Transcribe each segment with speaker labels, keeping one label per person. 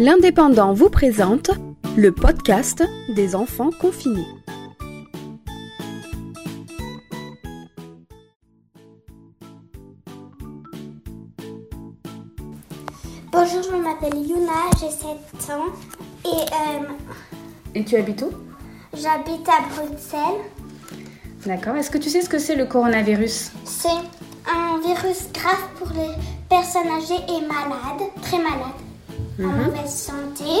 Speaker 1: L'Indépendant vous présente le podcast des enfants confinés.
Speaker 2: Bonjour, je m'appelle Yuna, j'ai 7 ans et euh,
Speaker 3: Et tu habites où
Speaker 2: j'habite à Bruxelles.
Speaker 3: D'accord. Est-ce que tu sais ce que c'est le coronavirus
Speaker 2: C'est un virus grave pour les personnes âgées et malades, très malades, en mauvaise santé.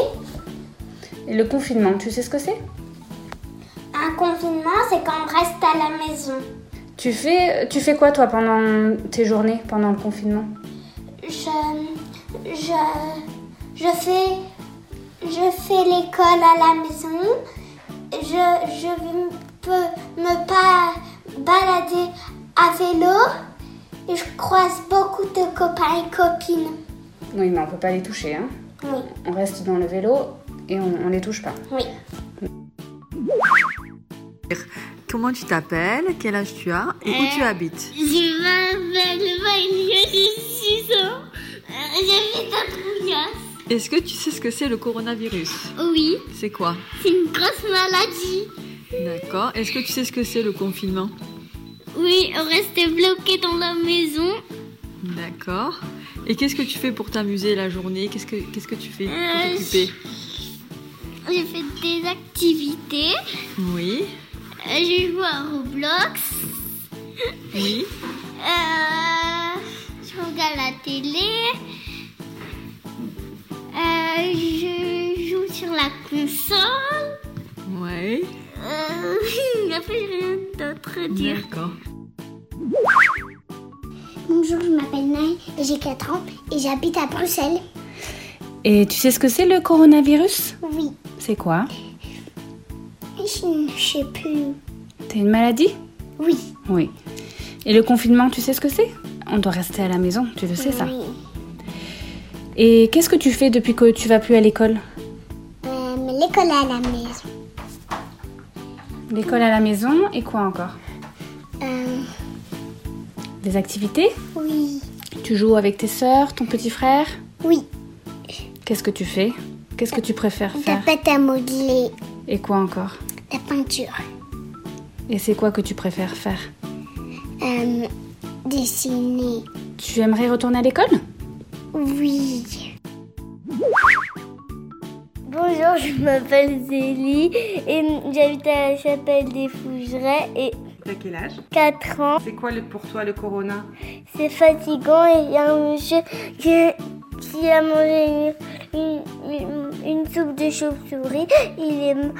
Speaker 3: Et le confinement, tu sais ce que c'est
Speaker 2: Un confinement, c'est quand on reste à la maison.
Speaker 3: tu fais, tu fais quoi toi pendant tes journées, pendant le confinement
Speaker 2: Je, je, je fais, je fais l'école à la maison. Je, je m- peux me pas balader à vélo. Et je croise beaucoup de copains et copines.
Speaker 3: Oui, mais on peut pas les toucher. Hein.
Speaker 2: Oui,
Speaker 3: On reste dans le vélo et on, on les touche pas.
Speaker 2: oui.
Speaker 4: Comment tu t'appelles Quel âge tu as Et où
Speaker 5: Euh.
Speaker 4: tu habites
Speaker 5: Je m'appelle Maïlia, j'ai 6 ans. Euh, J'habite à Trouillas.
Speaker 4: Est-ce que tu sais ce que c'est le coronavirus
Speaker 5: Oui,
Speaker 4: C'est quoi
Speaker 5: c'est une grosse maladie.
Speaker 4: D'accord. Est-ce que tu sais ce que c'est le confinement
Speaker 5: Oui, on reste bloqué dans la maison.
Speaker 4: D'accord. Et qu'est-ce que tu fais pour t'amuser la journée Qu'est-ce que qu'est-ce que tu fais
Speaker 5: Euh,
Speaker 4: pour t'occuper
Speaker 5: J'ai fait des activités.
Speaker 4: Oui.
Speaker 5: Euh, J'ai joué à Roblox.
Speaker 4: Oui.
Speaker 5: Euh, je regarde la télé. Euh, je joue sur la console.
Speaker 4: Ouais.
Speaker 5: Euh, il n'y a plus rien d'autre à dire.
Speaker 4: D'accord.
Speaker 2: Bonjour, je m'appelle Naï, j'ai 4 ans et j'habite à Bruxelles.
Speaker 3: Et tu sais ce que c'est le coronavirus
Speaker 2: Oui,
Speaker 3: C'est quoi
Speaker 2: je ne sais plus.
Speaker 3: T'as une maladie
Speaker 2: Oui,
Speaker 3: Oui. Et le confinement, tu sais ce que c'est On doit rester à la maison, tu le sais ça.
Speaker 2: oui.
Speaker 3: Et qu'est-ce que tu fais depuis que tu vas plus à l'école
Speaker 2: Euh, mais l'école est à la maison.
Speaker 3: L'école à la maison et quoi encore
Speaker 2: Euh,
Speaker 3: Des activités
Speaker 2: oui,
Speaker 3: Tu joues avec tes sœurs, ton petit frère
Speaker 2: oui.
Speaker 3: Qu'est-ce que tu fais Qu'est-ce que tu préfères
Speaker 2: La
Speaker 3: faire
Speaker 2: pâte à modeler,
Speaker 3: Et quoi encore
Speaker 2: la peinture,
Speaker 3: Et c'est quoi que tu préfères faire
Speaker 2: euh, dessiner.
Speaker 3: Tu aimerais retourner à l'école
Speaker 2: Oui.
Speaker 6: Bonjour, je m'appelle Zélie et j'habite à la chapelle des Fougerets et
Speaker 7: T'as quel âge
Speaker 6: 4 ans.
Speaker 7: C'est quoi le- pour toi le corona
Speaker 6: C'est fatigant et il y a un monsieur qui, qui a mangé une, une- une- une soupe de chauve-souris. Il est m-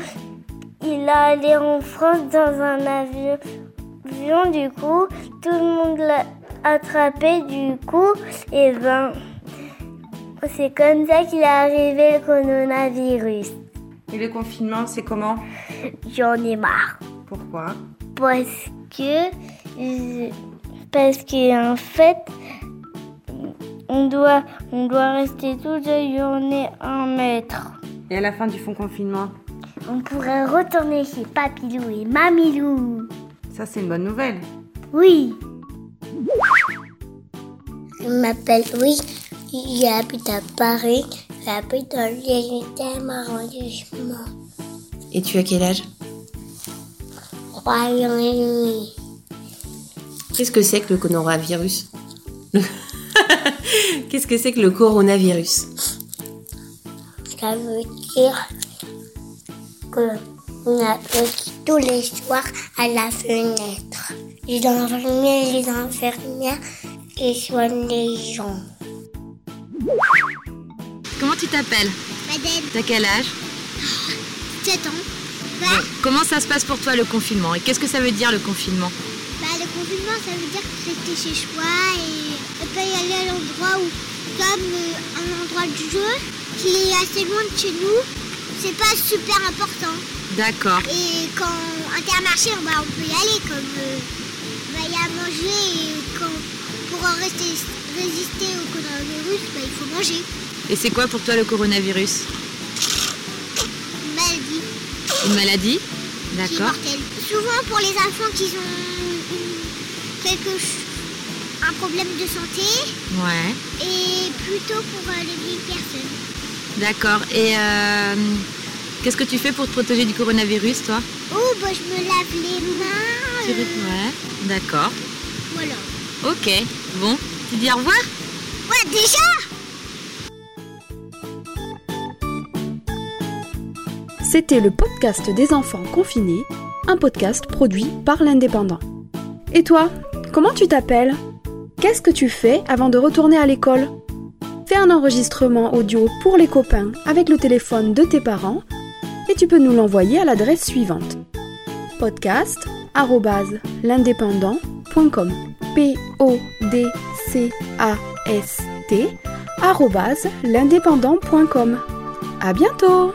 Speaker 6: il a allé en France dans un avion. avion, Du coup, tout le monde l'a attrapé. Du coup, et ben, c'est comme ça qu'il est arrivé le coronavirus.
Speaker 7: Et le confinement, c'est comment
Speaker 6: J'en ai marre.
Speaker 7: Pourquoi
Speaker 6: parce que parce que en fait on doit on doit rester toute la journée un mètre.
Speaker 7: Et à la fin du fond confinement
Speaker 6: On pourrait retourner chez Papilou et Mamilou.
Speaker 7: Ça, c'est une bonne nouvelle.
Speaker 6: Oui.
Speaker 2: Je m'appelle Oui, j'habite à Paris, j'habite dans le 18e arrondissement.
Speaker 8: Et tu as quel âge
Speaker 2: 3 ans et demi.
Speaker 8: Qu'est-ce que c'est que le coronavirus Qu'est-ce que c'est que le coronavirus
Speaker 2: Ça veut dire que on a appelle tous les soirs à la fenêtre. Les infirmiers, les infirmières, ils soignent les gens.
Speaker 9: Comment tu t'appelles T'as quel âge
Speaker 2: 7 ans.
Speaker 9: Comment ça se passe pour toi le confinement Et qu'est-ce que ça veut dire le confinement
Speaker 2: Bah, le confinement, ça veut dire rester chez soi et ne pas y aller à l'endroit où, comme euh, un endroit de jeu qui est assez loin de chez nous, c'est pas super important.
Speaker 9: D'accord.
Speaker 2: Et quand intermarché, bah, on peut y aller, comme euh, on va y a manger et quand, pour en rester, résister au coronavirus, bah, il faut manger.
Speaker 9: Et c'est quoi pour toi le coronavirus
Speaker 2: Maladie,
Speaker 9: Une maladie
Speaker 2: qui est
Speaker 9: D'accord.
Speaker 2: mortelle. Souvent pour les enfants qui ont une- quelque ch- un problème de santé,
Speaker 9: Ouais.
Speaker 2: et plutôt pour euh, les vieilles personnes.
Speaker 4: D'accord. Et euh, qu'est-ce que tu fais pour te protéger du coronavirus, toi
Speaker 5: Oh, bah, je me lave les mains.
Speaker 4: Tu
Speaker 5: euh,
Speaker 4: ré- Ouais. D'accord.
Speaker 5: Voilà.
Speaker 4: Ok. Bon. Tu dis au revoir
Speaker 5: Ouais, déjà
Speaker 1: C'était le podcast des enfants confinés, un podcast produit par l'indépendant. Et toi, comment tu t'appelles Qu'est-ce que tu fais avant de retourner à l'école Fais un enregistrement audio pour les copains avec le téléphone de tes parents et tu peux nous l'envoyer à l'adresse suivante podcast@l'indépendant.com p o d c a s t arobase, l'indépendant.com. À bientôt.